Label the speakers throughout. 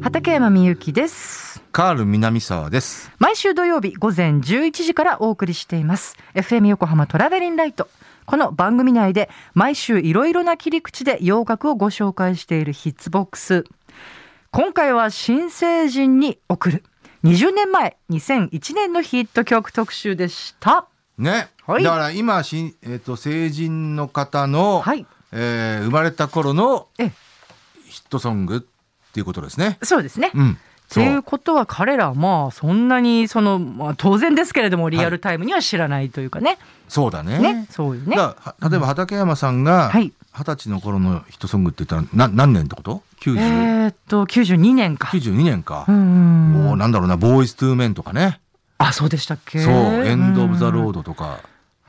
Speaker 1: 畠山みゆきです
Speaker 2: カール南沢です。
Speaker 1: 毎週土曜日午前11時からお送りしています FM 横浜トラベリンライトこの番組内で毎週いろいろな切り口で洋楽をご紹介しているヒッツボックス今回は新成人に送る20年前2001年のヒット曲特集でした
Speaker 2: ね。
Speaker 1: はい
Speaker 2: だから今新えっ、と成人の方の、
Speaker 1: はい
Speaker 2: えー生まれた頃の
Speaker 1: ええ
Speaker 2: ヒットソングっていうことですね。
Speaker 1: そうですね、
Speaker 2: うん。
Speaker 1: と
Speaker 2: そう。
Speaker 1: いうことは彼らはまあそんなにその、まあ、当然ですけれどもリアルタイムには知らないというかね,、
Speaker 2: そうだね。
Speaker 1: ねそういうね
Speaker 2: だからは例えば畠山さん
Speaker 1: は
Speaker 2: が二
Speaker 1: い
Speaker 2: 十歳の頃のヒットソングって言ったらな何年ってこと
Speaker 1: え
Speaker 2: ?90、
Speaker 1: ー、っと92年か
Speaker 2: 92年か。
Speaker 1: うんうん
Speaker 2: もうなんだろうな、ボーイズ・トゥー・メンとかね。
Speaker 1: あそうでしたっけ
Speaker 2: そう、エンド・オブ・ザ・ロードとか、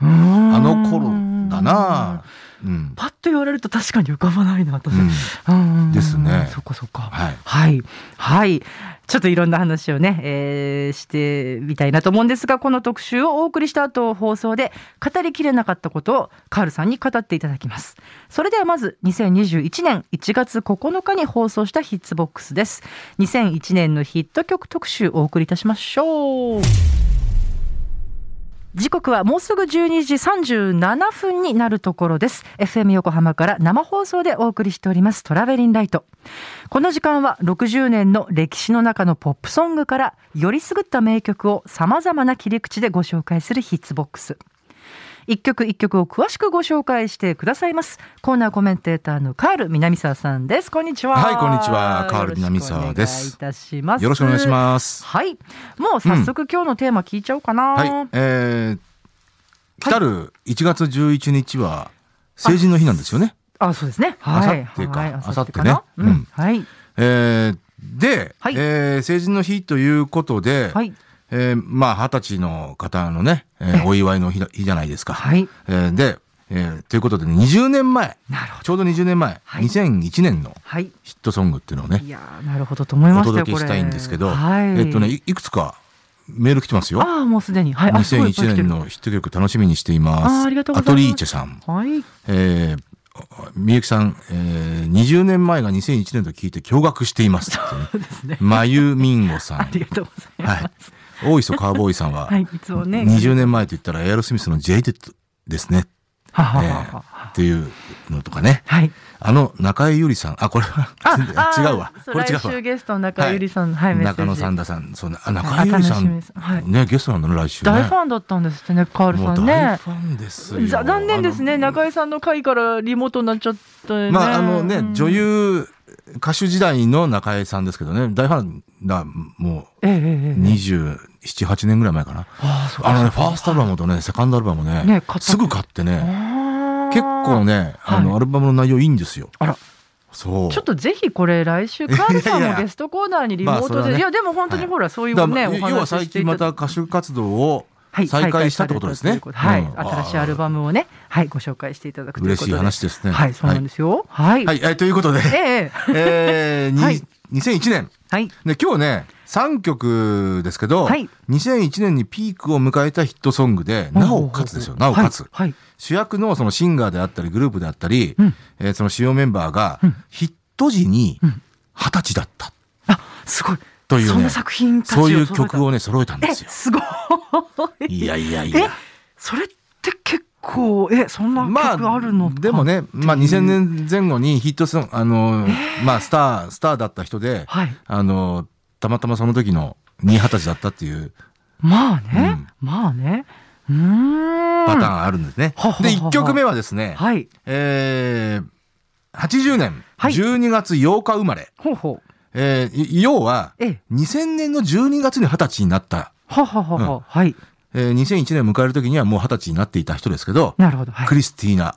Speaker 2: あ
Speaker 1: あ
Speaker 2: の頃だな。うん。
Speaker 1: パッと言われると確かに浮かばないな私、
Speaker 2: うん
Speaker 1: うん
Speaker 2: ですね
Speaker 1: そっかそっか
Speaker 2: はい
Speaker 1: はい、はいちょっといろんな話をね、えーしてみたいなと思うんですがこの特集をお送りした後放送で語りきれなかったことをカールさんに語っていただきますそれではまず2021年1月9日に放送したヒッツボックスです2001年のヒット曲特集お送りいたしましょう時刻はもうすぐ12時37分になるところです FM 横浜から生放送でお送りしておりますトラベリンライトこの時間は60年の歴史の中のポップソングからよりすぐった名曲を様々な切り口でご紹介するヒッツボックス一曲一曲を詳しくご紹介してくださいますコーナーコメンテーターのカール南沢さんですこんにちは
Speaker 2: はいこんにちはカール南沢で
Speaker 1: よろし
Speaker 2: す
Speaker 1: くお願いいたします
Speaker 2: よろしくお願いします。
Speaker 1: はい。もう早速今日のテーマ聞いちゃおうかな。
Speaker 2: はい、えー、来たる1月11日は成人の日なんですよね。
Speaker 1: あ、そうですね。はい。
Speaker 2: 明後日か
Speaker 1: はい
Speaker 2: 明後日ね
Speaker 1: 明な
Speaker 2: うん
Speaker 1: うん。はい。
Speaker 2: えーで、
Speaker 1: はい
Speaker 2: えー成人の日ということで、
Speaker 1: はい。
Speaker 2: えーまあ、二十歳の方のね、えーお祝いの日だ日じゃないですか。
Speaker 1: はい。
Speaker 2: えーで、えーということで、20年前、
Speaker 1: なるほど。
Speaker 2: ちょうど20年前、
Speaker 1: はい
Speaker 2: 2001年の
Speaker 1: はい。
Speaker 2: ヒットソングっていうのをね
Speaker 1: い、やーなるほどと思い
Speaker 2: お
Speaker 1: ましたよ、
Speaker 2: 届
Speaker 1: こ
Speaker 2: け
Speaker 1: れ。
Speaker 2: したいんですけど、
Speaker 1: はい。
Speaker 2: えっとね、いいくつかメール来てますよ。
Speaker 1: ああ、もうすでに。はい。あすごいいっぱい
Speaker 2: 2001
Speaker 1: 来て
Speaker 2: 年
Speaker 1: る
Speaker 2: のヒット曲楽しみにしています。
Speaker 1: あーありがとうございます
Speaker 2: アトリーチェさん。
Speaker 1: はい。
Speaker 2: えー、みゆきさん、えー、20年前が2001年と聞いて驚愕していま すって、ね。
Speaker 1: ですね。
Speaker 2: まゆみんごさん。
Speaker 1: ありがとうございます。
Speaker 2: はい。大磯カーボーイさんは、
Speaker 1: はい。いつもね。
Speaker 2: 20年前と言ったらエアロスミスの j デッですね。
Speaker 1: は
Speaker 2: え
Speaker 1: はは
Speaker 2: ー
Speaker 1: は
Speaker 2: っていうのとかね。
Speaker 1: はい。
Speaker 2: あの、中江ゆりさん。あ、これは、
Speaker 1: ああー
Speaker 2: 違うわ。
Speaker 1: そ
Speaker 2: これ違
Speaker 1: 来週
Speaker 2: うわ。
Speaker 1: ゲストの中ゆりさん、はい、メッセージ
Speaker 2: 中野さんださん。そうね。あ、中江ゆりさ
Speaker 1: あ楽しみですはい
Speaker 2: ん。ね、ゲストなんだね、来週ね。
Speaker 1: 大ファンだったんですってね、カール
Speaker 2: も
Speaker 1: さ
Speaker 2: うん大
Speaker 1: ね。
Speaker 2: ファンですよ。
Speaker 1: ざ残念です
Speaker 2: あ
Speaker 1: ね、
Speaker 2: の
Speaker 1: 中井さんの会からリモートになっちゃったね。
Speaker 2: まああのね、
Speaker 1: うん
Speaker 2: 女優歌手時代の中江さんですけどね大ファンだも
Speaker 1: ええええ
Speaker 2: う
Speaker 1: ええ
Speaker 2: 278年ぐらい前かな
Speaker 1: ああ、そうか
Speaker 2: あのねファーストアルバムとねセカンドアルバムね
Speaker 1: ね買った
Speaker 2: すぐ買ってね
Speaker 1: あー
Speaker 2: 結構ねあの、
Speaker 1: はい
Speaker 2: アルバムの内容いいんですよ
Speaker 1: あら
Speaker 2: そう
Speaker 1: ちょっとぜひこれ来週カールさん
Speaker 2: いやい
Speaker 1: も
Speaker 2: や
Speaker 1: ゲストコーナーにリモート
Speaker 2: まあそれは
Speaker 1: で
Speaker 2: ね
Speaker 1: いやでも本当にほらそういうね
Speaker 2: だ
Speaker 1: お
Speaker 2: から
Speaker 1: 話
Speaker 2: 要は
Speaker 1: し
Speaker 2: 最
Speaker 1: してい
Speaker 2: 近ま
Speaker 1: た
Speaker 2: た歌手活動を
Speaker 1: はい
Speaker 2: 再開したってことですね
Speaker 1: 再開されたという
Speaker 2: うん
Speaker 1: ことはい新しいアルバムをねはいご紹介していただくということ
Speaker 2: 嬉し
Speaker 1: で
Speaker 2: い話ですね
Speaker 1: はいそうなんですよはい
Speaker 2: はい、はいはいということで、
Speaker 1: ええ
Speaker 2: えーに
Speaker 1: はい
Speaker 2: 2001年
Speaker 1: はい
Speaker 2: で今日ね3曲ですけど、
Speaker 1: はい
Speaker 2: 2001年にピークを迎えたヒットソングでなおかつですよなおかつ、
Speaker 1: はいはい
Speaker 2: 主役のそのシンガーであったりグループであったり、
Speaker 1: うん
Speaker 2: えーその主要メンバーが
Speaker 1: うん
Speaker 2: ヒット時に
Speaker 1: うん
Speaker 2: 二十歳だった
Speaker 1: あすごい
Speaker 2: というね
Speaker 1: そんな作品たちを
Speaker 2: そういう
Speaker 1: 揃えた
Speaker 2: 曲をね揃えたんで
Speaker 1: え
Speaker 2: すよ。
Speaker 1: すごい
Speaker 2: いやいやい
Speaker 1: え
Speaker 2: や。
Speaker 1: それって結構えそんな曲あるのか
Speaker 2: でもね、まあ、2000年前後にヒットソングあの、まあ、スタースターだった人で、
Speaker 1: はい
Speaker 2: あのたまたまその時の二十歳だったっていう
Speaker 1: まあね、まあね。うーん。
Speaker 2: パターンあるんですね。
Speaker 1: ははは
Speaker 2: で1曲目はですね、
Speaker 1: はい。
Speaker 2: えー、80年
Speaker 1: はい
Speaker 2: 12月8日生まれ、
Speaker 1: ほうほう。
Speaker 2: えーい要は
Speaker 1: ええ。
Speaker 2: 2000年の12月に二十歳になった、
Speaker 1: はははは、はい。
Speaker 2: えー2001年を迎える時にはもう二十歳になっていた人ですけど、
Speaker 1: なるほど。はい。
Speaker 2: クリスティーナ・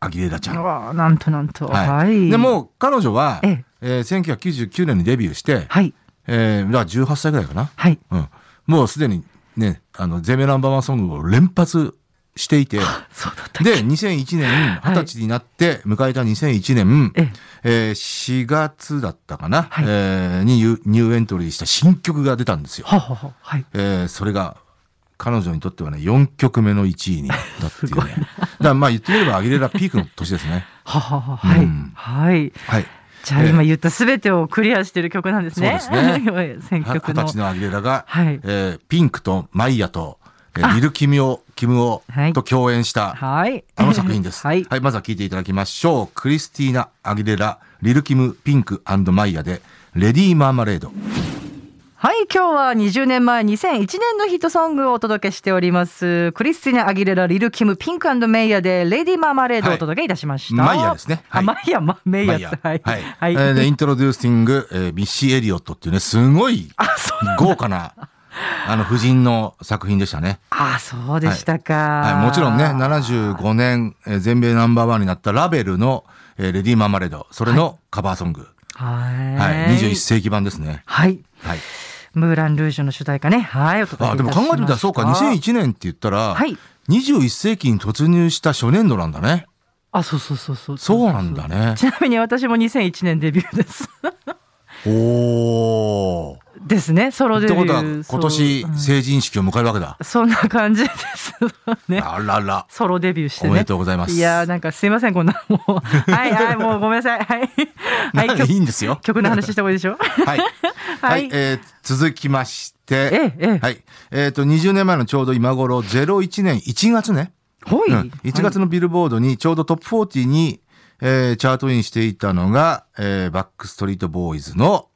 Speaker 2: アギレラちゃ。
Speaker 1: うんわーなんとなんと。はい。
Speaker 2: で、も彼女は、
Speaker 1: え
Speaker 2: え
Speaker 1: え
Speaker 2: ー1999年にデビューして、
Speaker 1: はい。
Speaker 2: えーだから18歳ぐらいかな、
Speaker 1: はい。
Speaker 2: うん、もうすでにねあのゼメナンバーワンソングを連発していて。
Speaker 1: そうだった。
Speaker 2: で、2001年、
Speaker 1: はい
Speaker 2: 二十歳になって、迎えた2001年、
Speaker 1: ええ
Speaker 2: えー4月だったかな、
Speaker 1: はい
Speaker 2: えーにニューニューエントリーした新曲が出たんですよ。
Speaker 1: ははは、はい。
Speaker 2: えーそれが、彼女にとってはね、4曲目の1位になったっていう ね。だからまあ言ってみれば、アギレラピークの年ですね。
Speaker 1: ははは、はい
Speaker 2: うん。
Speaker 1: はい。
Speaker 2: はい。
Speaker 1: じゃあ今言ったすべてをクリアしている曲なんですね。
Speaker 2: そ うです
Speaker 1: 選
Speaker 2: 二
Speaker 1: 曲
Speaker 2: 十
Speaker 1: の。
Speaker 2: 歳のアギレラが、
Speaker 1: はい
Speaker 2: えーピンクとマイヤと、えーリル・キミオ、キムオ
Speaker 1: はい
Speaker 2: と共演した、
Speaker 1: はい。
Speaker 2: あの作品で す。
Speaker 1: はい。
Speaker 2: まずは聴いていただきましょう。クリスティーナ・アギレラ、リル・キム、ピンクマイヤで、レディー・マーマレード。
Speaker 1: はい、今日は20年前2001年のヒットソングをお届けしております。クリスティナ・アギレラ、リル・キム、ピンクメイヤで、レディ・マーマレードをお届けいたしました。
Speaker 2: はいマイヤですね
Speaker 1: あ
Speaker 2: はい
Speaker 1: マイヤ、マメイ
Speaker 2: マ
Speaker 1: ヤ
Speaker 2: イ
Speaker 1: で
Speaker 2: ヤ
Speaker 1: す。はい。
Speaker 2: はい。えーでイントロデューシング、えーミッシー・エリオットっていうね、すごい
Speaker 1: あ、そうなん
Speaker 2: 豪華な、あの、夫人の作品でしたね。
Speaker 1: あ、そう でしたか。
Speaker 2: はい、もちろんね、75年、えー全米ナンバーワンになったラベルの、えーレディー・マーマレード、それのカバーソング。
Speaker 1: はい。
Speaker 2: はい、21世紀版ですね。
Speaker 1: はい。
Speaker 2: はい。
Speaker 1: ムーラン・ルージュの主題歌ね。はい、お届けい
Speaker 2: あ、
Speaker 1: た
Speaker 2: で
Speaker 1: し
Speaker 2: も
Speaker 1: ました。
Speaker 2: 考えてみたら、そうか、2001年って言ったら、
Speaker 1: はい
Speaker 2: 21世紀に突入した初年度なんだね。
Speaker 1: あ、そうそうそうそう。
Speaker 2: そうなんだね。
Speaker 1: ちなみに私も2001年デビュー です。
Speaker 2: おー。
Speaker 1: ですね、ソロ
Speaker 2: っ
Speaker 1: デ
Speaker 2: て
Speaker 1: ビュ
Speaker 2: ことは、
Speaker 1: ー。
Speaker 2: 今年
Speaker 1: そううん
Speaker 2: 成人式を迎えるわけだ。
Speaker 1: そんな感じです ね。
Speaker 2: あらら。
Speaker 1: ソロデビューして
Speaker 2: お
Speaker 1: ね。
Speaker 2: めでとうございます。
Speaker 1: いやーなんかすいませんこんなもう はいはいもうごめんなさいはいはい
Speaker 2: なんでいいんですよ。
Speaker 1: 曲の話した方がいいでしょ
Speaker 2: はい。はい、
Speaker 1: はい
Speaker 2: えー続きまして。
Speaker 1: ええええ
Speaker 2: はい。えっ、と、20年前のちょうど今頃、01年1月ね。
Speaker 1: ほい、
Speaker 2: うん、1月のビルボードに、ちょうどトップ40に、えーチャートインしていたのが、えーバックストリートボーイズの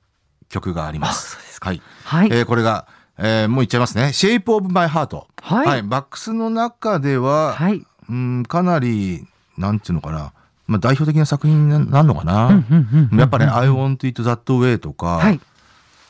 Speaker 2: 曲があります。はい。
Speaker 1: はい、
Speaker 2: えーこれが、えーもう言っちゃいますね。Shape of My Heart。
Speaker 1: はい
Speaker 2: バックスの中では、
Speaker 1: はい
Speaker 2: うん、かなり、なんていうのかな。まあ、代表的な作品にななんのかな、
Speaker 1: うんうんうん
Speaker 2: やっぱね、I want it that way とか、
Speaker 1: はい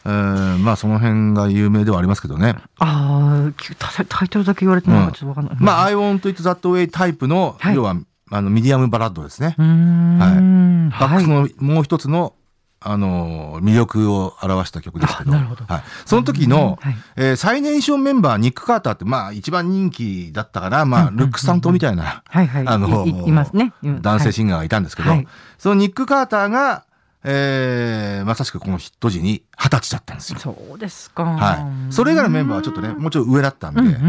Speaker 2: えーまあその辺が有名ではありますけどね。
Speaker 1: ああタタイトルだけ言われてもなんかちょっとわかんない、
Speaker 2: まあ、
Speaker 1: あ
Speaker 2: I want it that way タイプの、
Speaker 1: はい
Speaker 2: 要は、あの、ミディアムバラッドですね
Speaker 1: う。ーん
Speaker 2: バックスのもう一つの、あのー、魅力を表した曲ですけど。
Speaker 1: あなるほど
Speaker 2: はい。その時の、
Speaker 1: うんはい
Speaker 2: えー最年少メンバー、ニック・カーターって、まあ、一番人気だったから、まあ、ルックス担当みたいな、
Speaker 1: はいはい
Speaker 2: あの
Speaker 1: いいいますねうん
Speaker 2: 男性シンガーがいたんですけど、
Speaker 1: はい
Speaker 2: そのニック・カーターが、えーまさしくこのヒット時に二十歳だったんですよ。
Speaker 1: そうですか
Speaker 2: はい。それ以外のメンバーはちょっとね、もうちょい上だったんで、
Speaker 1: うんうんうんうん、
Speaker 2: う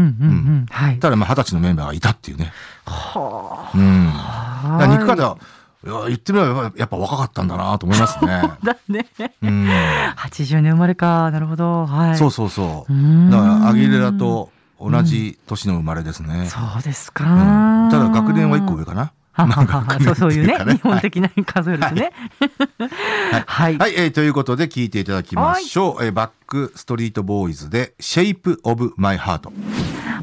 Speaker 2: ん
Speaker 1: はい
Speaker 2: ただまあ二十歳のメンバーがいたっていうね。
Speaker 1: は
Speaker 2: うん。だか
Speaker 1: あ
Speaker 2: ら肉方は、いや言ってみればやっぱ若かったんだなと思いま すね。
Speaker 1: だね
Speaker 2: うん。
Speaker 1: 80年生まれかなるほどはい
Speaker 2: そうそうそう
Speaker 1: う。ーん
Speaker 2: だからアギレラと同じ年の生まれですね。
Speaker 1: そうですか、
Speaker 2: うんただ学年は一個上かな。
Speaker 1: はは
Speaker 2: なんか
Speaker 1: はそうそういうね
Speaker 2: 学年っていうかね
Speaker 1: 日本的な数えですね。はい。
Speaker 2: はい、えーということで聞いていただきましょう。えーバックストリートボーイズで Shape of My Heart。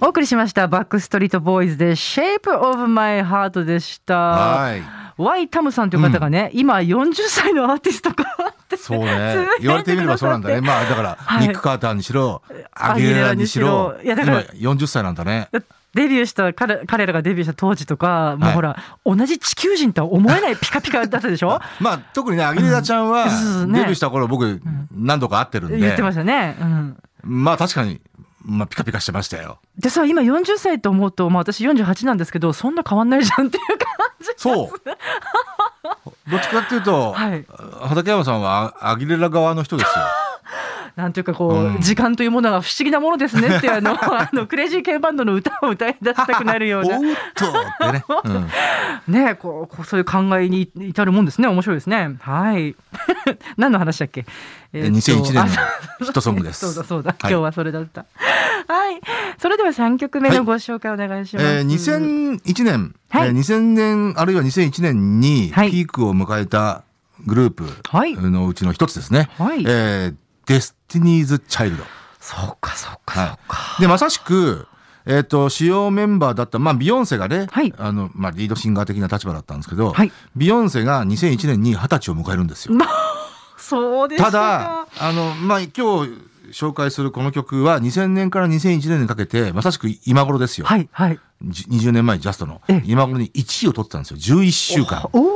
Speaker 1: お送りしましたバックストリートボーイズで Shape of My Heart でした。
Speaker 2: はい。
Speaker 1: ワイタムさんという方がね、今40歳のアーティストかって
Speaker 2: そうね。言われてみればそうなんだね。。まあだから、
Speaker 1: はい
Speaker 2: ニック・カーターにしろ、
Speaker 1: ア
Speaker 2: ア
Speaker 1: ギ
Speaker 2: ギ
Speaker 1: レ
Speaker 2: レ
Speaker 1: ラ
Speaker 2: ラ
Speaker 1: に
Speaker 2: に
Speaker 1: し
Speaker 2: し
Speaker 1: ろ
Speaker 2: ろ、
Speaker 1: いやだから
Speaker 2: 今40歳なんだね。
Speaker 1: デビューした彼彼らがデビューした当時とか、もう
Speaker 2: はい
Speaker 1: ほら、同じ地球人とは思えないピカピカだったでしょ
Speaker 2: ま あ特にね、アギレラちゃんは
Speaker 1: うんそうそう、ね
Speaker 2: デビューした頃僕何度か会ってるん
Speaker 1: 言っ
Speaker 2: で
Speaker 1: て、ましたね。うん
Speaker 2: まあ確かに、まあピカピカしてまし たよ。
Speaker 1: でさ今40歳と思うと、まあ、私48なんですけどそんな変わんないじゃんっていう 感じ
Speaker 2: そう。 どっちかっていうと、
Speaker 1: はい
Speaker 2: 畠山さんはアギレラ側の人ですよ。
Speaker 1: なんていうかこう、
Speaker 2: うん
Speaker 1: 時間というものが不思議なものですねっていうあ のあのクレイジーケンバンドの歌を歌い出したくなる よ
Speaker 2: お
Speaker 1: うな
Speaker 2: うっとって ね。うん
Speaker 1: ねこうこうそういう考えに至るもんですね面白いですねはい 何の話だっけ、え
Speaker 2: え
Speaker 1: ーっと
Speaker 2: 2001年の
Speaker 1: あ
Speaker 2: ヒットソングで
Speaker 1: そう
Speaker 2: す
Speaker 1: だ。そうだ、
Speaker 2: はい
Speaker 1: 今日はそれだったはい、それでは3曲目
Speaker 2: は
Speaker 1: の
Speaker 2: い
Speaker 1: ご紹介お願いします、
Speaker 2: えー、2001年、
Speaker 1: はい
Speaker 2: えー2000年あるいは2001年にピ
Speaker 1: はい
Speaker 2: ークを迎えたグルー
Speaker 1: はい
Speaker 2: プのうちの一つですね。
Speaker 1: はい
Speaker 2: えー、デスティニーズ・チャイルド。
Speaker 1: そうかそうかそうか、
Speaker 2: はい、でまさしく、えー、と主要メンバーだった、まあ、ビヨンセがね、
Speaker 1: はい
Speaker 2: あのまあ、リードシンガー的な立場だったんですけど、
Speaker 1: はい
Speaker 2: ビヨンセが2001年に二十歳を迎えるんですよ。
Speaker 1: そうでした
Speaker 2: た
Speaker 1: か
Speaker 2: だあの、まあ、今日紹介するこの曲は2000年から2001年にかけてまさしく今頃ですよ、
Speaker 1: はいはい
Speaker 2: じ20年前にジャストの
Speaker 1: ええ
Speaker 2: 今頃に1位を取ってたんですよ11週間
Speaker 1: おー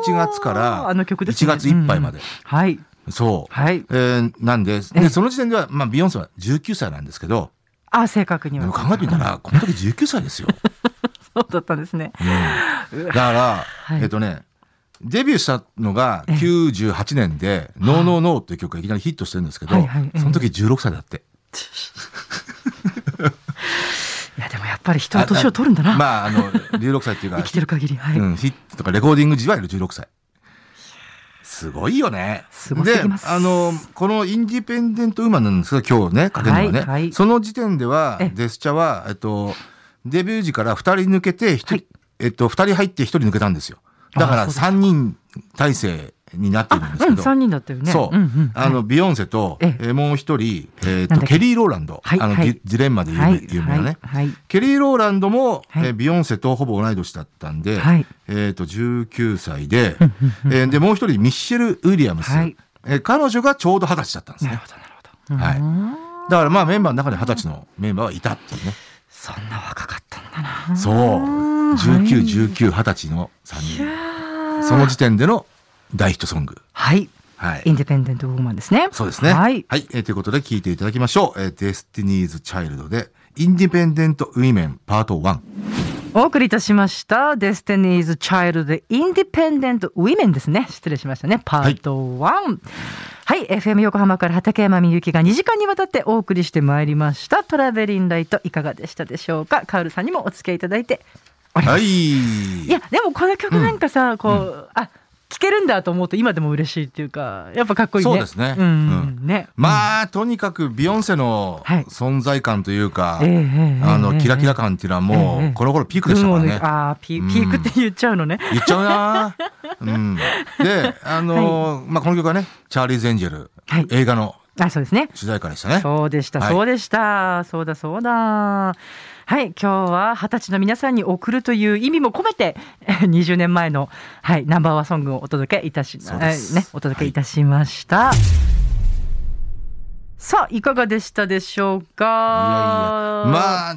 Speaker 2: 11月から
Speaker 1: あの曲です
Speaker 2: 1
Speaker 1: ね
Speaker 2: 月いっぱいまで、
Speaker 1: はい
Speaker 2: そう、
Speaker 1: はい
Speaker 2: えーなんで
Speaker 1: ええ
Speaker 2: でその時点では、まあ、ビヨンセは19歳なんですけど
Speaker 1: あ正確に
Speaker 2: で
Speaker 1: は
Speaker 2: も考えてみたらこの時19歳ですよ。
Speaker 1: そうだったんですね
Speaker 2: うんだから、
Speaker 1: い
Speaker 2: えっとね、デビューしたのが
Speaker 1: ええ
Speaker 2: 98年で、ノーノーノーっていう曲がいきなりヒットしてるんですけど、
Speaker 1: はいはいええ
Speaker 2: その時16歳だって。
Speaker 1: いやでもやっぱり人は年を取るんだな、
Speaker 2: まあ、あの、16歳っていうか
Speaker 1: 生き、てる限りはい、
Speaker 2: うん、ヒットとかレコーディング時はいる16歳。すごいよね。
Speaker 1: すごすぎます
Speaker 2: で、あの、このインディペンデントウーマンなんですが、今日ね、かけるのはね、
Speaker 1: はいはい
Speaker 2: その時点では
Speaker 1: え、
Speaker 2: デスチャは、えっと、デビュー時から2人抜けて、ひと
Speaker 1: はい
Speaker 2: えっと、2人入って1人抜けたんですよ。だか
Speaker 1: あ
Speaker 2: ら
Speaker 1: そうです
Speaker 2: 3人体制になってるんです
Speaker 1: う
Speaker 2: け
Speaker 1: ん、
Speaker 2: ど。
Speaker 1: 3人だったよね。
Speaker 2: そう、
Speaker 1: んん
Speaker 2: あの、ビヨンセと、
Speaker 1: ええ
Speaker 2: えーもう一人、えー
Speaker 1: なん
Speaker 2: と、
Speaker 1: だっけ
Speaker 2: ケリー・ローランド、
Speaker 1: はい
Speaker 2: あの、
Speaker 1: はい
Speaker 2: ジジレンマで有名,、
Speaker 1: はい
Speaker 2: 有名なね、
Speaker 1: はいはい
Speaker 2: ケリー・ローランドも、
Speaker 1: はい
Speaker 2: えービヨンセとほぼ同い年だったんで、
Speaker 1: はい
Speaker 2: えっと、19歳で、えーで、もう一人、ミッシェル・ウィリアムス、
Speaker 1: はい
Speaker 2: えー彼女がちょうど二十歳だったんです
Speaker 1: なる
Speaker 2: ね。
Speaker 1: ほど、なるほど。
Speaker 2: はい
Speaker 1: い。
Speaker 2: だからまあメンバーの中で二十歳のメンバーはいたっていうね。
Speaker 1: そんな若かったんだな。
Speaker 2: そう。
Speaker 1: はい
Speaker 2: 19、19、20歳の3
Speaker 1: い
Speaker 2: 人。
Speaker 1: や
Speaker 2: その
Speaker 1: ー
Speaker 2: 時点での大ヒットソング。
Speaker 1: はい。
Speaker 2: はい。
Speaker 1: インディペンデントウーマンですね。
Speaker 2: そうですね。
Speaker 1: はい。
Speaker 2: えーということで聞いていただきましょう。えー、デスティニーズ・チャイルドで、インディペンデント・ウィメン、パート1。
Speaker 1: お送りいたしました。デスティニーズ・チャイルド・インディペンデント・ウィメンですね。失礼しましたね。パート1。はい、FM 横浜から畠山みゆきが2時間にわたってお送りしてまいりました。トラベリンライトいかがでしたでしょうか。カールさんにもお付き合いいただいております。
Speaker 2: はい。
Speaker 1: いやでもこの曲なんかさ、こう、あ聴けるんだと思うと今でも嬉しいっていうかやっぱかっこいいね。
Speaker 2: そうですね
Speaker 1: う
Speaker 2: うん
Speaker 1: ん、ね。
Speaker 2: まあ、とにかくビヨンセの
Speaker 1: はい
Speaker 2: 存在感というか、
Speaker 1: ええええ
Speaker 2: あ
Speaker 1: え
Speaker 2: の、
Speaker 1: え
Speaker 2: キラキラ感っていうのは
Speaker 1: え
Speaker 2: も
Speaker 1: え
Speaker 2: う、この頃ピークでしたからね。
Speaker 1: ああーピピークって言っちゃうのね。
Speaker 2: 言っちゃうなうん。で、あのーまあ、この曲はね、チャーリーズ・エンジェル、
Speaker 1: はい
Speaker 2: 映画の
Speaker 1: あそうですね。
Speaker 2: 主題歌でしたね。
Speaker 1: そうでした、
Speaker 2: はい
Speaker 1: そうでした、そうだ、そうだ。はい、今日は二十歳の皆さんに送るという意味も込めて、 えー20年前の、はい、ナンバーワンソングをお届けいたし、え
Speaker 2: そうです
Speaker 1: ーね、お届けいたしました。さあ、いかがでしたでしょうか。
Speaker 2: いやいや。まあ、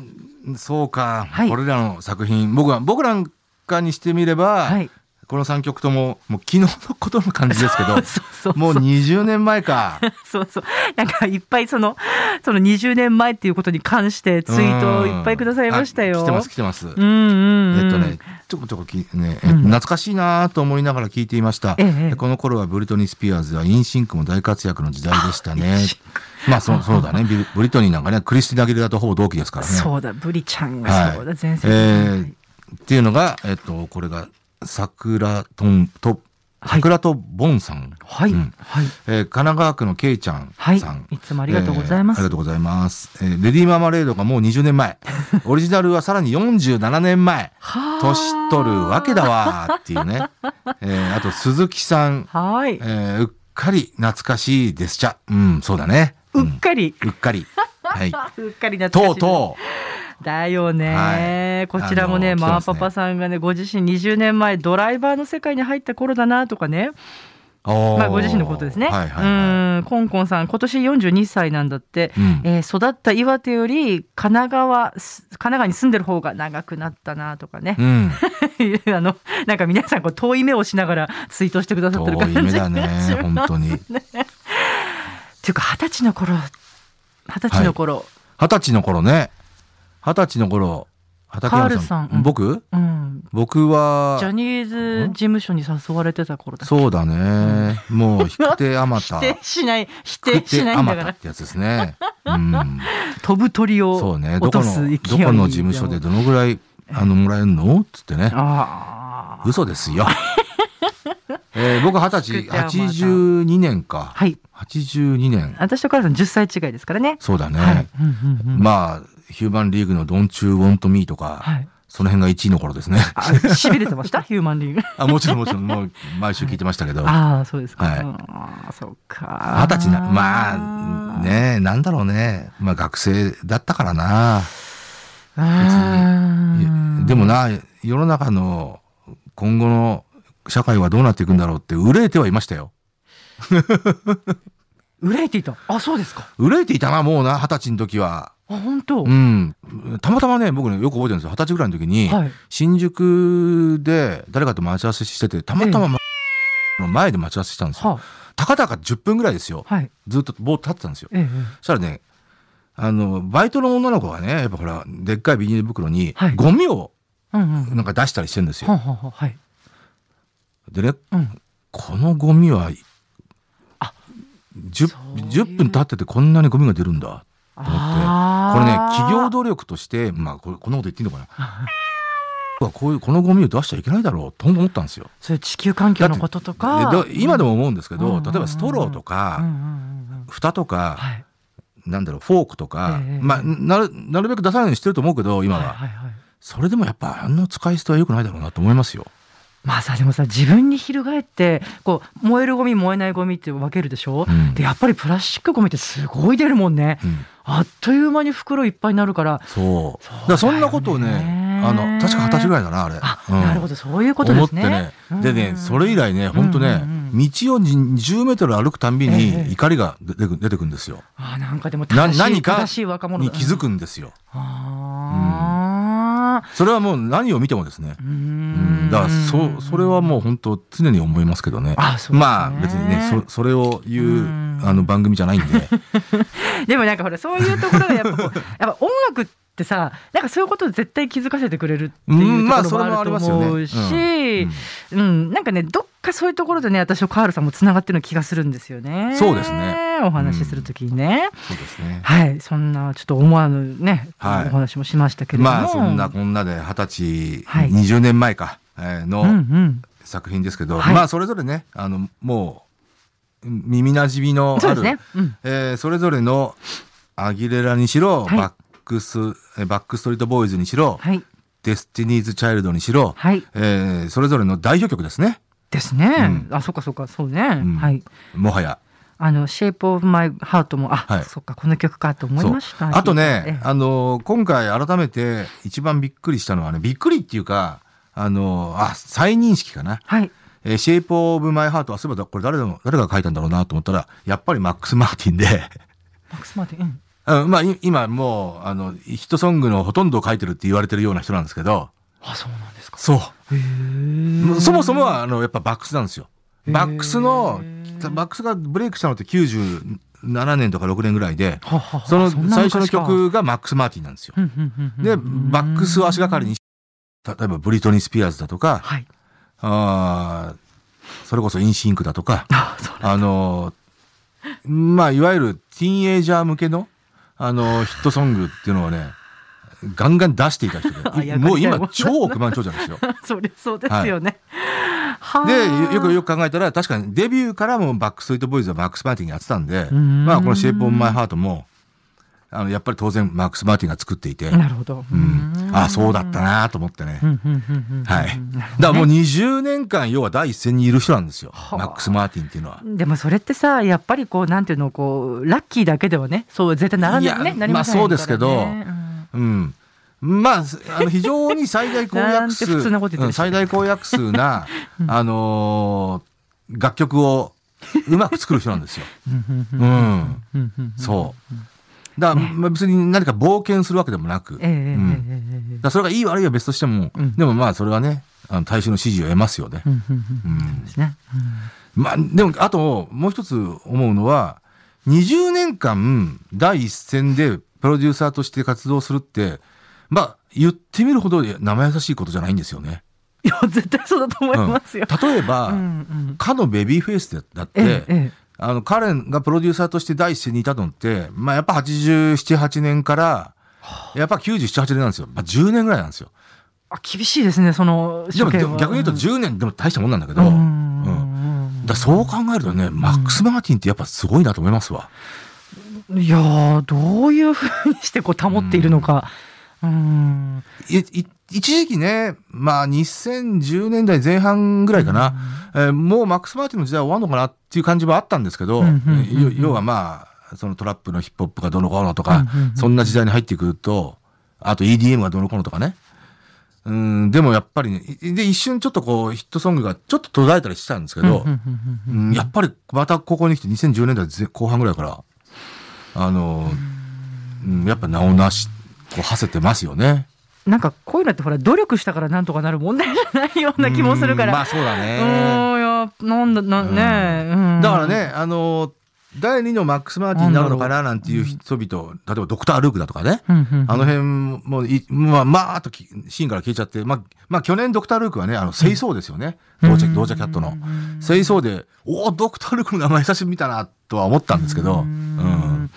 Speaker 2: そうか、
Speaker 1: はい
Speaker 2: これらの作品、僕は、僕なんかにしてみれば、
Speaker 1: はい
Speaker 2: この3曲とも、もう昨日のことの感じですけど、
Speaker 1: そうそう
Speaker 2: もう20年前か。
Speaker 1: そうそう。なんかいっぱいその、その20年前っていうことに関して ツイートをいっぱいくださいましたよ。
Speaker 2: あ来てます、来てます。
Speaker 1: うんうん、うん。
Speaker 2: えっとね、ちょこちょこき、ね、え
Speaker 1: う
Speaker 2: っと
Speaker 1: ん
Speaker 2: 懐かしいなと思いながら聞いていました。
Speaker 1: ええええ
Speaker 2: この頃はブリトニー・スピアーズやインシンクも大活躍の時代でしたね。まあ、そそうだね。ビルブリトニーなんかね、クリスティナ・アギルダとほぼ同期ですからね。
Speaker 1: そうだ、ブリちゃんが、
Speaker 2: はい
Speaker 1: そうだ、前世、
Speaker 2: えーっていうのが、えっと、これが、桜とん、と、
Speaker 1: はい
Speaker 2: 桜とボンさん。
Speaker 1: はい、
Speaker 2: うん
Speaker 1: はい、
Speaker 2: えー神奈川区のけいちゃんさん。
Speaker 1: はいいつもありがとうございます
Speaker 2: えーありがとうございます。えーレディーマーマレードがもう20年前。 オリジナルはさらに47年前。
Speaker 1: はあ
Speaker 2: 年取るわけだわっていうね。えーあと、鈴木さん。
Speaker 1: はい
Speaker 2: え、ーうっかり懐かしいですちゃ。うん、そうだね。う
Speaker 1: うんっ、かり、
Speaker 2: うっかり。 はい。
Speaker 1: うっかりな
Speaker 2: とうとう。
Speaker 1: う。だよね、
Speaker 2: はい
Speaker 1: こちらもね、
Speaker 2: あの来て
Speaker 1: マ
Speaker 2: ま
Speaker 1: ー
Speaker 2: すね
Speaker 1: パパさんがね、ご自身20年前、ドライバーの世界に入った頃だなとかね、
Speaker 2: ま
Speaker 1: まあ、ご自身のことですね。
Speaker 2: はいはい
Speaker 1: う
Speaker 2: は
Speaker 1: ん、コンコンさん、今年42歳なんだって。
Speaker 2: い。うん
Speaker 1: えー育った岩手より神奈川す神奈川に住んでる方が長くなったなとかね、
Speaker 2: うん。
Speaker 1: あのなんか皆さんこう遠い目をしながらツイートしてくださってる
Speaker 2: 遠
Speaker 1: 感
Speaker 2: い
Speaker 1: じ
Speaker 2: 目だね、本当に。
Speaker 1: っていうか二十歳の頃二十歳の頃、
Speaker 2: 二十歳の頃ね。二十歳の頃、畠山さん。
Speaker 1: カールさんうん
Speaker 2: 僕
Speaker 1: うん、
Speaker 2: 僕は
Speaker 1: ジ、ャニーズ事務所に誘われてた頃だ
Speaker 2: そうだね。もう、引く手あま た。
Speaker 1: 否定しない否
Speaker 2: 引
Speaker 1: 定
Speaker 2: く
Speaker 1: し
Speaker 2: 手
Speaker 1: ない
Speaker 2: あ
Speaker 1: んだ
Speaker 2: ま
Speaker 1: か
Speaker 2: たっ
Speaker 1: ら
Speaker 2: てやつですね。うん。
Speaker 1: 飛ぶ鳥
Speaker 2: そ
Speaker 1: を
Speaker 2: うね。ど
Speaker 1: 落
Speaker 2: こと
Speaker 1: す勢い
Speaker 2: の、どこの事務所でどのぐらい、あの、もらえるのつってね。
Speaker 1: ああ
Speaker 2: 嘘で すよ。えー僕二
Speaker 1: 引く
Speaker 2: 十
Speaker 1: 手
Speaker 2: 歳、
Speaker 1: あまた
Speaker 2: 82年か。
Speaker 1: はい
Speaker 2: 82年。
Speaker 1: 私とカールさん10歳違いですからね
Speaker 2: そうだね。
Speaker 1: はい、うんうんうん
Speaker 2: まあ、ヒューマンリーグのドンチュー・ウォント・ミーとか、
Speaker 1: はい
Speaker 2: その辺が1位の頃ですね。
Speaker 1: あ痺れてましたヒューマン リーグ
Speaker 2: あもちろんもちろん、もう毎週聞いてましたけど。二
Speaker 1: ああそうですか、
Speaker 2: はい
Speaker 1: ああそうか
Speaker 2: 十歳な、まあ、ねえ、なんだろうね。まあ学生だったからな。
Speaker 1: あー
Speaker 2: いでもな、世の中の今後の社会はどうなっていくんだろうって憂えてはいましたよ。
Speaker 1: 憂えていたあそうですか
Speaker 2: 憂えていたな、もうな、二十歳の時は。
Speaker 1: あ本当、
Speaker 2: うん。たまたまね、僕ね、よく覚えてるんですよ。二十歳ぐらいの時に、
Speaker 1: はい
Speaker 2: 新宿で誰かと待ち合わせしてて、たまたま、の前で待ち合わせしたんですよ。
Speaker 1: は
Speaker 2: たかだか10分ぐらいですよ。
Speaker 1: あはい
Speaker 2: ずっとぼーっと立ってたんですよ。
Speaker 1: ええええ
Speaker 2: そしたらね、あの、バイトの女の子がね、やっぱほら、でっかいビニール袋に
Speaker 1: はい、
Speaker 2: ゴミを
Speaker 1: うんうん
Speaker 2: なんか出したりしてるんです
Speaker 1: は
Speaker 2: よ。
Speaker 1: あはあはあはい
Speaker 2: でね、
Speaker 1: うん
Speaker 2: このゴミは、
Speaker 1: あ
Speaker 2: 10,
Speaker 1: そういう
Speaker 2: 10分経っててこんなにゴミが出るんだ。 これね、企業努力として、まあこれ、こんなこと言っていいのかな。うわこういうこのゴミを出しちゃいけないだろうと思ったんですよ。
Speaker 1: そういう地球環境のこととか
Speaker 2: で今でも思うんですけ
Speaker 1: うんうん
Speaker 2: ど、
Speaker 1: うんうん
Speaker 2: 例えばストローと
Speaker 1: うんう
Speaker 2: か、
Speaker 1: んうんうん
Speaker 2: 蓋とか、
Speaker 1: はい
Speaker 2: なんだろうフォークとか、
Speaker 1: ええ
Speaker 2: まあ、なるなるべく出さないようにしてると思うけど今
Speaker 1: は
Speaker 2: は、
Speaker 1: いはいはい
Speaker 2: それでもやっぱあの使い捨ては良くないだろうなと思いますよ。
Speaker 1: まあさでもさ自分に翻ってこう燃えるゴミ燃えないゴミって分けるでしょ、
Speaker 2: うん
Speaker 1: でやっぱりプラスチックゴミってすごい出るもんね
Speaker 2: うん
Speaker 1: あっという間に袋いっぱいになるから
Speaker 2: そう
Speaker 1: そう
Speaker 2: だからそんなことをね
Speaker 1: だよね
Speaker 2: あの確か二十歳ぐらいだなあれ
Speaker 1: あ、
Speaker 2: うん
Speaker 1: なるほどそういうことですね
Speaker 2: 思ってねでねそれ以
Speaker 1: 来
Speaker 2: 来ね本当ね、
Speaker 1: うんうんうん
Speaker 2: 道を10メートル歩くたんび
Speaker 1: ええ
Speaker 2: に怒りが出てく出てくるんですよ、
Speaker 1: あなんかでも
Speaker 2: な
Speaker 1: 正しい
Speaker 2: 何か
Speaker 1: 正しい若者
Speaker 2: に気づ
Speaker 1: うん
Speaker 2: くんですよ
Speaker 1: あ
Speaker 2: それはもう何を見てもですね、
Speaker 1: ーう
Speaker 2: うん
Speaker 1: ん
Speaker 2: だからそそれはもう本当常に思いますけどね
Speaker 1: あそうですね
Speaker 2: まあ別にねそそれを言う、
Speaker 1: うん
Speaker 2: あの番組じゃな いんで
Speaker 1: でもなんかほらそういうところがやっぱ こうやっぱ音楽ってさなんかそういうことを絶対気づかせてくれるって
Speaker 2: う
Speaker 1: い
Speaker 2: ん
Speaker 1: う
Speaker 2: まあ
Speaker 1: ところもあると思うし、
Speaker 2: それもありますよね
Speaker 1: うんなんかねどっかそういうところでね私とカールさんもつながってるような気がするんですよね
Speaker 2: そうですね
Speaker 1: お話しするときにね、
Speaker 2: そうですね
Speaker 1: はいそんなちょっと思わぬね、
Speaker 2: はい
Speaker 1: お話もしましたけれども
Speaker 2: まあそんなこんなで二十歳、
Speaker 1: はい
Speaker 2: 20年前か、えーの、
Speaker 1: うんうん
Speaker 2: 作品ですけど、
Speaker 1: はい
Speaker 2: まあそれぞれねあのもう耳なじみの
Speaker 1: そう
Speaker 2: あ
Speaker 1: です
Speaker 2: る、
Speaker 1: ね、うん
Speaker 2: えーそれぞれのアギレラにしろ、
Speaker 1: はい
Speaker 2: バックスえーバックストリートボーイズにしろ、
Speaker 1: はい
Speaker 2: デスティニーズ・チャイルドにしろ、
Speaker 1: はい
Speaker 2: えーそれぞれの代表曲ですね
Speaker 1: ですね、
Speaker 2: うん
Speaker 1: あそっかそっかそうね、
Speaker 2: ん
Speaker 1: はい
Speaker 2: もはや。
Speaker 1: あの「Shape of My Heart も」あ、
Speaker 2: はい
Speaker 1: そっかこの曲かと思いました
Speaker 2: あと
Speaker 1: ええ
Speaker 2: ね、あの今回改めて一番びっくりしたのはねびっくりっていうかあのあ再認識かな。
Speaker 1: はい
Speaker 2: えーシェイプオブマイハートはそういえばこれ誰の誰が書いたんだろうなと思ったらやっぱりマックス・マーティンで。
Speaker 1: マックス・マーティン、うん
Speaker 2: うん、まあ、い今もう、あの、ヒットソングのほとんどを書いてるって言われてるような人なんですけど、
Speaker 1: あそうなんですか
Speaker 2: そ
Speaker 1: へ
Speaker 2: う。
Speaker 1: え
Speaker 2: そもそもは、あの、やっぱバックスなんですよ。
Speaker 1: へー
Speaker 2: バックスの、バックスがブレイクしたのって97年とか6年ぐらいで、
Speaker 1: ははは
Speaker 2: その
Speaker 1: そんな
Speaker 2: 最初の
Speaker 1: 昔か
Speaker 2: 曲がマックス・マーティンなんですよ。
Speaker 1: うんうんうんうん
Speaker 2: で、バックスを足がかりに、例えばブリトニー・スピアーズだとか、
Speaker 1: はい
Speaker 2: あーそれこそインシンクだとか、
Speaker 1: あそう
Speaker 2: あの、まあ、いわゆるティーンエイジャー向けの、あの、ヒットソングっていうのをね、ガンガン出していた人
Speaker 1: あ
Speaker 2: で、
Speaker 1: やばい
Speaker 2: もう
Speaker 1: やば
Speaker 2: 今
Speaker 1: い、
Speaker 2: 超億万長者ですよ。
Speaker 1: だそりゃそうですよね、は
Speaker 2: で、よよくよ
Speaker 1: く
Speaker 2: く考えたら、確かにデビューからもバックストリートボーイズはマックス・マーティンがやってたんで、
Speaker 1: ーん
Speaker 2: まあ、このシェイプ・オン・マイ・ハートも、あの、やっぱり当然マックス・マーティンが作っていて、
Speaker 1: なるほど
Speaker 2: うん。あ、そうだった
Speaker 1: な
Speaker 2: なと思ってね。は。
Speaker 1: はい
Speaker 2: だからもう20年間、要は第一線にいる人なんですよ。
Speaker 1: はあ
Speaker 2: マックス・マーティンっていうのは。
Speaker 1: でもそれってさやっぱりこうなんていうのこうラッキーだけではねそう絶対ならない
Speaker 2: いや
Speaker 1: ねなりません
Speaker 2: まあそうですけど
Speaker 1: からねうん
Speaker 2: うん。まあ、すあの非常に最大公約数、
Speaker 1: なんて普通なこと言ってる
Speaker 2: うん最大公約 数な、あのー楽曲をうまく作る人なんですよ。
Speaker 1: うんうん
Speaker 2: う
Speaker 1: うん
Speaker 2: ん。
Speaker 1: うんうん
Speaker 2: そう。だから、まあ別に何か冒険するわけでもなく、
Speaker 1: ええええええ
Speaker 2: うんだ
Speaker 1: ええ
Speaker 2: からそれがいい悪いは別としても、
Speaker 1: うん
Speaker 2: でもまあそれはね、あの大衆の支持を得ますよね。
Speaker 1: うんうん
Speaker 2: う
Speaker 1: うん
Speaker 2: ん
Speaker 1: ですねうん
Speaker 2: まあ、でも、あと、もう一つ思うのは、20年間、第一線でプロデューサーとして活動するって、まあ、言ってみるほど生優しいことじゃないんですよね。
Speaker 1: いや絶対そうだと思いますよ。
Speaker 2: うん例えば、
Speaker 1: うんうん
Speaker 2: かのベビーフェイスだっ
Speaker 1: え
Speaker 2: て、
Speaker 1: ええ
Speaker 2: あの、彼がプロデューサーとして第一線にいたのって、まあ、やっぱ87、8年から、やっぱ97、8年なんですよ。まあ、10年ぐらいなんですよ。
Speaker 1: あ厳しいですねその
Speaker 2: でも、
Speaker 1: 処
Speaker 2: で
Speaker 1: 刑は
Speaker 2: 逆に言うと10年でも大したもんなんだけど、
Speaker 1: うん
Speaker 2: うんだからそう考えるとね、マックス・マーティンってやっぱすごいなと思いますわ。
Speaker 1: いやーどういうふうにしてこう保っているのか。うん
Speaker 2: いい一時期ね、まあ2010年代前半ぐらいかな、えーもうマックス・マーティンの時代は終わるのかなっていう感じもあったんですけど、
Speaker 1: うんうんうんうん
Speaker 2: えーよ要はまあ、そのトラップのヒップホップがどうのこうのとか、
Speaker 1: うんうんうん
Speaker 2: そんな時代に入ってくると、あと EDM がどうのこうのとかね。うん、でもやっぱりね、いで、一瞬ちょっとこうヒットソングがちょっと途絶えたりしてたんですけ
Speaker 1: うんう
Speaker 2: ど、
Speaker 1: んうんうん
Speaker 2: うんやっぱりまたここに来て2010年代前後半ぐらいから、あの、うん、やっぱ名をなし、こう、馳せてますよね。
Speaker 1: なんかこういうのってほら努力したからなんとかなる問題じゃないような気もするか
Speaker 2: うんまあ
Speaker 1: ら。
Speaker 2: そうだ
Speaker 1: う
Speaker 2: ね。
Speaker 1: んいやなんだなねうん
Speaker 2: だからね、あの、第2のマックス・マーティンになるのかななんていう人々、例えばドクター・ルークだとかね。
Speaker 1: うんうんうん
Speaker 2: あの辺もい、まあ、まあ、あときシーンから消えちゃって、まあ、まあ、去年ドクター・ルークはね、あの、清掃ですよね。ドーチャドーチャキャットの。清掃で、おお、ドクター・ルークの名前久しぶり見たな、とは思ったんですけど、うん。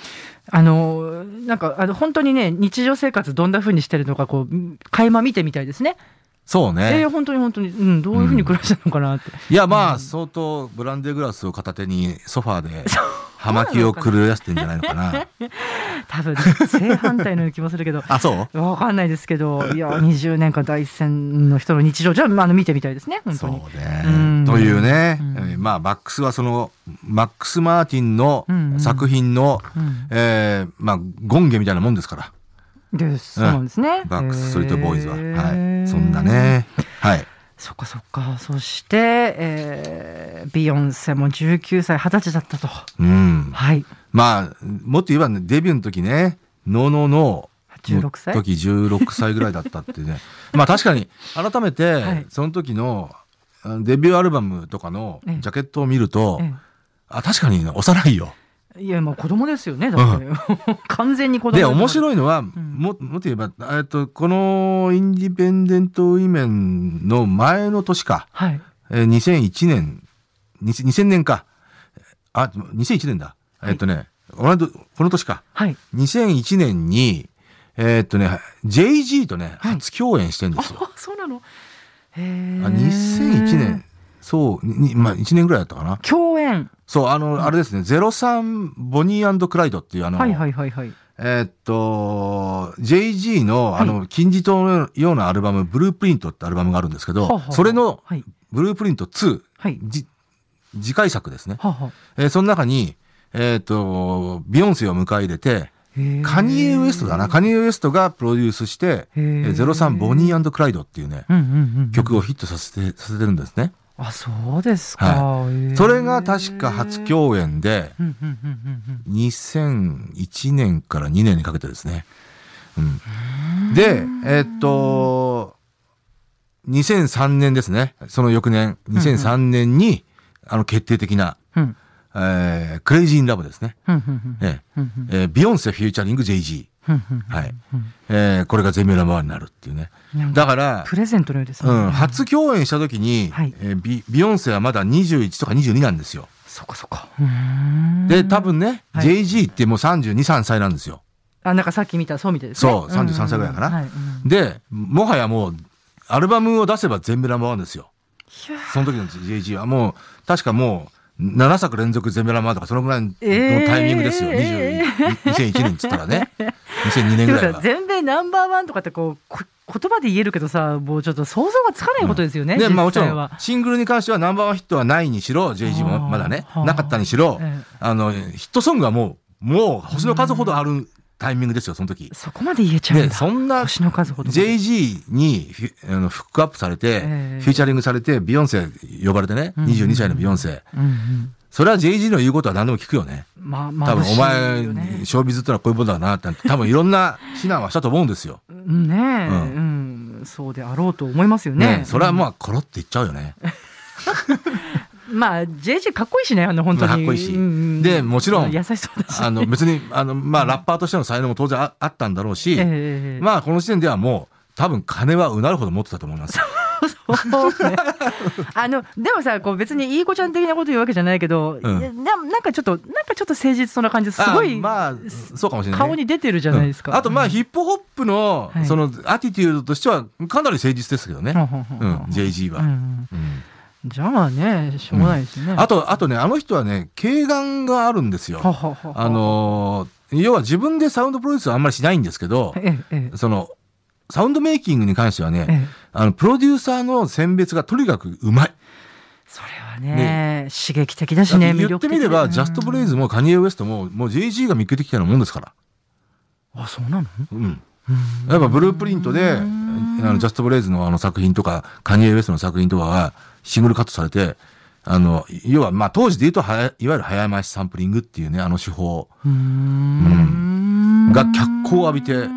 Speaker 1: あのなんかあの本当にね日常生活どんな風にしてるのかこう垣間見てみたいですね。
Speaker 2: そうね。
Speaker 1: えー本当に本当に、うん、どういうふうに暮らしたのかなって。
Speaker 2: いやまあ、相当ブランデーグラスを片手にソファーで葉巻を狂い出してんじゃないの かな。
Speaker 1: 多分、正反対のような気もするけ ど。
Speaker 2: あそ
Speaker 1: わかんないですけど、いや、20年間大戦の人の日常じゃ、まあ、あの見てみたいですね、
Speaker 2: う
Speaker 1: 本
Speaker 2: そ
Speaker 1: 当
Speaker 2: う
Speaker 1: に。うん
Speaker 2: ね。というね、
Speaker 1: うん
Speaker 2: えーまあマックスはそのマックス・マーティンの
Speaker 1: うんうん
Speaker 2: 作品の、
Speaker 1: うん
Speaker 2: えーまあゴンゲみたいなもんですから
Speaker 1: です。そうなんですね。
Speaker 2: バックス・ストリート・ボーイズは。
Speaker 1: へ
Speaker 2: は
Speaker 1: ー
Speaker 2: い、そんな。ね。はい
Speaker 1: そっかそっか。そして、えービヨンセも19歳、20歳だったと。
Speaker 2: うん、
Speaker 1: はい。
Speaker 2: まあもっと言えば、ね、デビューの時ね「ノーノーノー」
Speaker 1: 16歳
Speaker 2: の時16歳ぐらいだったってね まあ確かに改めて、
Speaker 1: はい
Speaker 2: その時のあデビューアルバムとかのジ
Speaker 1: ええ
Speaker 2: ャケットを見ると、
Speaker 1: え
Speaker 2: あ確かに幼いよ。
Speaker 1: えいや、まあ子供ですよね、だって。 完全に子供
Speaker 2: で面
Speaker 1: い。
Speaker 2: 白いのは、
Speaker 1: ん
Speaker 2: ももっと言えばえっとこの「インディペンデント・ウィメン」の前の年か、
Speaker 1: はい。
Speaker 2: えー2001年2000 2000年かあ2001年だ、えっとね同じこの年か
Speaker 1: はい。
Speaker 2: 2001年に、えーっとね、JG とね、
Speaker 1: はい
Speaker 2: 初共演してんですよ。
Speaker 1: あ、そうなの。へ
Speaker 2: あ
Speaker 1: え。
Speaker 2: 2001年。、そう、にまあ、1年ぐらいだったかな。
Speaker 1: 共演。
Speaker 2: そう、あの、あれですね、03ボニークライドっていう、あの、
Speaker 1: はいはいはいはい。
Speaker 2: えーっと、JG の、あの、金字塔のようなアルバム、ブループリントってアルバムがあるんですけど、
Speaker 1: はあはあ
Speaker 2: それの、
Speaker 1: はい。
Speaker 2: ブループリント2、
Speaker 1: はい。
Speaker 2: じ次回作ですね。
Speaker 1: はあはあ。
Speaker 2: えーその中に、えーっと、ビヨンセを迎え入れて、
Speaker 1: へえ
Speaker 2: カニエ・ウエストだな。カニエ・ウエストがプロデュースして、
Speaker 1: へー
Speaker 2: えー03ボニークライドっていうね、
Speaker 1: うんうんうん、
Speaker 2: 曲をヒットさせて、させてるんですね。
Speaker 1: あそうですか、
Speaker 2: は
Speaker 1: へー
Speaker 2: それが確か初共演で、
Speaker 1: うんうんうんうん
Speaker 2: 2001年から2年にかけてですね。うん、で、えーっと、2003年ですね。その翌年、2003年に、あの決定的な、
Speaker 1: うんうん
Speaker 2: えークレイジー・イン・ラブですね。
Speaker 1: うんうん
Speaker 2: え
Speaker 1: うんうん
Speaker 2: ええービヨンセ・フューチャリング・ JG。
Speaker 1: うんうん
Speaker 2: はい。えーこれがゼミラバーになるっていうね。
Speaker 1: なんか
Speaker 2: だから、
Speaker 1: プレゼントのようですね、
Speaker 2: うん、初共演した時に、
Speaker 1: はい
Speaker 2: えービビヨンセはまだ21とか22なんですよ。
Speaker 1: そっかそっかうーん
Speaker 2: で、多分ね、
Speaker 1: はい
Speaker 2: JG ってもう32、3歳なんですよ。
Speaker 1: あなんかさっき見たそうみたいですね
Speaker 2: そう33歳ぐらいかな
Speaker 1: はいうん
Speaker 2: で、もはやもう、アルバムを出せば全米ナンバーワンですよ。
Speaker 1: いや
Speaker 2: その時の JG はもう、確かもう、7作連続全米ナンバーワンとか、そのぐらいの
Speaker 1: えー
Speaker 2: タイミングですよ。
Speaker 1: え
Speaker 2: 20 2001年っつったらね。2002
Speaker 1: で
Speaker 2: 年
Speaker 1: も
Speaker 2: ぐらい
Speaker 1: さ
Speaker 2: は。
Speaker 1: 全米ナンバーワンとかってこうこ言葉で言えるけどさもうちょっと想像がつかないことですよね、
Speaker 2: で、まあも
Speaker 1: 実
Speaker 2: ちろ
Speaker 1: 際
Speaker 2: ん
Speaker 1: は、
Speaker 2: シングルに関してはナンバーワンヒットはないにしろ、JG もまだね
Speaker 1: あ、ー
Speaker 2: なかったにしろ、
Speaker 1: ええ
Speaker 2: あの、ヒットソングはもう、もう星の数ほどあるタイミングですよ、その時。
Speaker 1: そこまで言えちゃうん
Speaker 2: で、
Speaker 1: だ
Speaker 2: そんな
Speaker 1: 星の数ほど
Speaker 2: JG にフィあのフックアップされて、
Speaker 1: ええ
Speaker 2: フューチャリングされて、ビヨンセ呼ばれてね、
Speaker 1: うん
Speaker 2: 22歳のビヨンセ。
Speaker 1: うんうん
Speaker 2: それは JG の言うことは何でも聞くよね。
Speaker 1: まあ
Speaker 2: 多
Speaker 1: ま
Speaker 2: 分お前、
Speaker 1: ね
Speaker 2: ショービズってのはこういうことだなって、多分いろんな非難はしたと思うんですよ。
Speaker 1: ねえ、う、
Speaker 2: うん
Speaker 1: そうであろうと思いますよね。
Speaker 2: ねそれはまあ、コロって言っちゃうよね。
Speaker 1: まあ、JJ かっこいいしね、あの、本当に。
Speaker 2: まあかっこいいし
Speaker 1: うん
Speaker 2: でもちろん
Speaker 1: 優しそうだし。
Speaker 2: あの、別に、あの、まあ、ラッパーとしての才能も当然ああったんだろうし、
Speaker 1: ええ
Speaker 2: まあ、この時点ではもう、多分金はうなるほど持ってたと思います。
Speaker 1: そうね あの、でもさ、こう別にいい子ちゃん的なこと言うわけじゃないけど、
Speaker 2: うん
Speaker 1: いやななんかちょっと、なんかちょっと誠実そうな感じ すご
Speaker 2: あ
Speaker 1: い、
Speaker 2: まあ、そうかもしれないね。
Speaker 1: 顔に出てるじゃないですか。
Speaker 2: うんあとまあ
Speaker 1: うん、
Speaker 2: ヒップホップの
Speaker 1: はい
Speaker 2: そのアティテュードとしてはかなり誠実ですけどね、
Speaker 1: う
Speaker 2: うんん、JG は、
Speaker 1: うん
Speaker 2: うん
Speaker 1: じゃあね、しょうがないですね。
Speaker 2: あとあとねあの人はね軽眼があるんですよ
Speaker 1: はははは
Speaker 2: あ、のー要は自分でサウンドプロデュースはあんまりしないんですけど
Speaker 1: ええ、ええ
Speaker 2: そのサウンドメイキングに関しては
Speaker 1: え
Speaker 2: ね
Speaker 1: え
Speaker 2: あのプロデューサーの選別がとにかくうまい
Speaker 1: それはね、刺激的だしね、
Speaker 2: だって言ってみれば、ジャスト・ブレイ
Speaker 1: ズ。
Speaker 2: ズもカニエ・ウエストももう JG が見っけてきたようなもんですから
Speaker 1: あ、そうなの
Speaker 2: うん、やっぱブループリントで、あのジャスト・ブレイズのあの作品とか、カニエ・ウエストの作品とかがシングルカットされて、あの、要は、まあ当時で言うとはや、いわゆる早回しサンプリングっていうね、あの手法
Speaker 1: うーん
Speaker 2: が脚光を浴びて、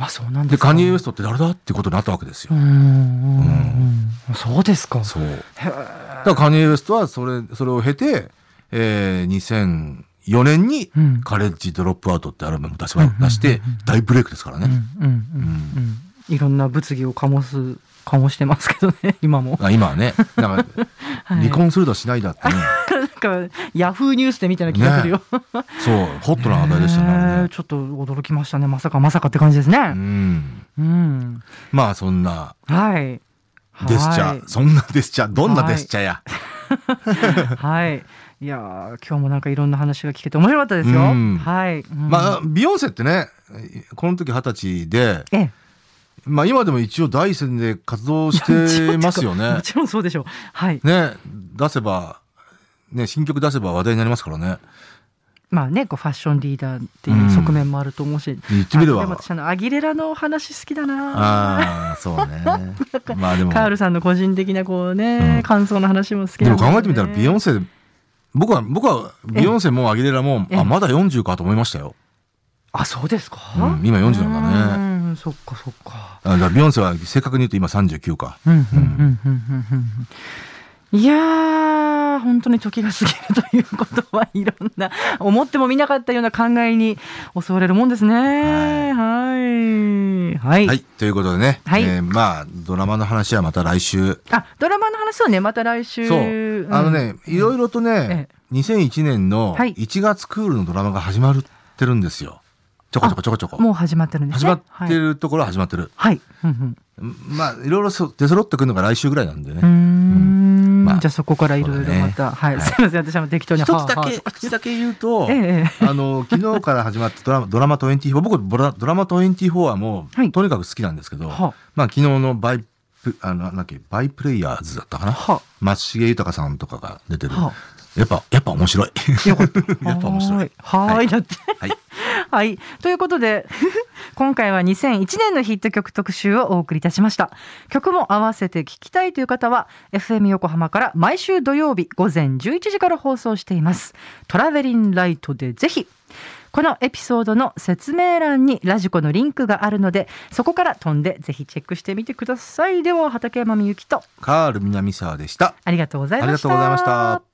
Speaker 1: あそうなんで
Speaker 2: で、
Speaker 1: すか
Speaker 2: カニエ・ウエストって誰だってことになったわけです
Speaker 1: う
Speaker 2: よ
Speaker 1: ー。んそうですか
Speaker 2: そう。だからカニエ・ウエストはそれ、それを経て、えー、2004年に
Speaker 1: うん
Speaker 2: カレッジ・ドロップアウトってアルバムを出し出して、大ブレイクですから
Speaker 1: うん
Speaker 2: ね。
Speaker 1: うんうんうんいろんな物議を醸す醸してますけどね今も
Speaker 2: あ今はね、なんか、
Speaker 1: い
Speaker 2: 離婚するだしないだってね。
Speaker 1: なんか、ヤフーニュースで見たような気がするよ。
Speaker 2: そう、ホットな話題でしたねあれ
Speaker 1: へー
Speaker 2: ね。
Speaker 1: ちょっと驚きましたね。まさかまさかって感じです
Speaker 2: う
Speaker 1: ね。
Speaker 2: ん。
Speaker 1: うん。
Speaker 2: まあ、そんな
Speaker 1: はい。
Speaker 2: デスチャ、そんなデスチャ、どんな
Speaker 1: はい
Speaker 2: デスチャや。
Speaker 1: はい。はい。いやー今日もなんかいろんな話が聞けて面白かったですよ。
Speaker 2: うん
Speaker 1: はい。うん
Speaker 2: まあ、、ビヨンセってね、この時二十歳で、
Speaker 1: ええ。
Speaker 2: まあ今でも一応第一線で活動してますよね
Speaker 1: も。ちろんそうでしょう。はい。
Speaker 2: ね、出せば、ね、新曲出せば話題になりますからね。
Speaker 1: まあね、こうファッションリーダーっていう側面もあると思うし。
Speaker 2: 言ってみれば
Speaker 1: あでも私あのアギレラの話好きだな。
Speaker 2: ああ、そう ね。まあでも、
Speaker 1: カールさんの個人的なこうね、
Speaker 2: うん
Speaker 1: 感想の話も好き
Speaker 2: で
Speaker 1: なん
Speaker 2: も
Speaker 1: すよね
Speaker 2: 考えてみたらビヨンセ、僕は、僕はビヨンセもアギレラも、
Speaker 1: ええ
Speaker 2: あ、まだ40かと思いましたよ。
Speaker 1: あ、そうですか。
Speaker 2: うん今40なんだね
Speaker 1: ね。そっかそっか。
Speaker 2: あだからビヨンセは正確に言うと今39か。
Speaker 1: うんうんうんうんうんうん。いやー、本当に時が過ぎるということはいろんな、思ってもみなかったような考えに襲われるもんですね。はい。はい。
Speaker 2: はい、ということでね、
Speaker 1: はい
Speaker 2: えーまあドラマの話はまた来週。
Speaker 1: あ、ドラマの話はね、また来週。
Speaker 2: そう
Speaker 1: う、ん
Speaker 2: あの。ね、いろいろと
Speaker 1: え、
Speaker 2: ね2001年の
Speaker 1: はい
Speaker 2: 1月クールのドラマが始まってるんですよ。ちょこちょこちょこちょこ。
Speaker 1: もう始まってるんです
Speaker 2: 始
Speaker 1: ね。
Speaker 2: まってるところは始まってる。
Speaker 1: はい。はい。うん
Speaker 2: まあ、いろいろそ出揃ってくるのが来週ぐらいなんで
Speaker 1: うん。うー
Speaker 2: ね。
Speaker 1: ん
Speaker 2: まあ
Speaker 1: じゃあそこからいろいろまた、はい、
Speaker 2: はい
Speaker 1: すみません、私も適当に。
Speaker 2: 一つだ
Speaker 1: はあは
Speaker 2: け、一つだけ言うと
Speaker 1: あ、ええええ、
Speaker 2: あの、昨日から始まったドラマ、ドラマ24、僕、ボラドラマ24はも
Speaker 1: は
Speaker 2: う、
Speaker 1: い
Speaker 2: とにかく好きなんですけど、
Speaker 1: は
Speaker 2: まあ、昨日のバイプ、あの、なんだっけ、バイプレイヤーズだったかな
Speaker 1: は
Speaker 2: 松重豊さんとかが出てる。
Speaker 1: は
Speaker 2: やっぱ、やっぱ面白い。
Speaker 1: よかった。
Speaker 2: やっぱ面白い。
Speaker 1: はーい。はー、
Speaker 2: はいい
Speaker 1: だって。
Speaker 2: はい。
Speaker 1: はい。ということで、 今回は2001年のヒット曲特集をお送りいたしました。曲も合わせて聴きたいという方は、FM 横浜から毎週土曜日午前11時から放送しています。トラベリンライトでぜひ。このエピソードの説明欄にラジコのリンクがあるので、そこから飛んでぜひチェックしてみてください。では、畠山みゆきと
Speaker 2: カール南沢でした。
Speaker 1: ありがとうございました。
Speaker 2: ありがとうございました。